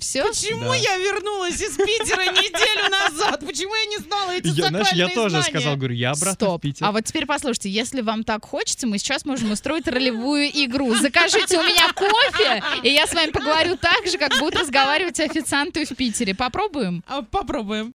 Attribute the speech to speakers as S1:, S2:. S1: все?
S2: Почему
S3: Да.
S2: я вернулась из Питера неделю назад? Почему я не знала эти
S3: Я, знаешь, я
S2: сакральные
S3: тоже
S2: знания?
S3: сказал, говорю, я обратно в
S1: Стоп.
S3: Питер.
S1: А вот теперь послушайте, если вам так хочется, мы сейчас можем устроить ролевую игру. Закажите у меня кофе, и я с вами поговорю так же, как будут разговаривать официанты в Питере. Попробуем?
S2: А, Попробуем.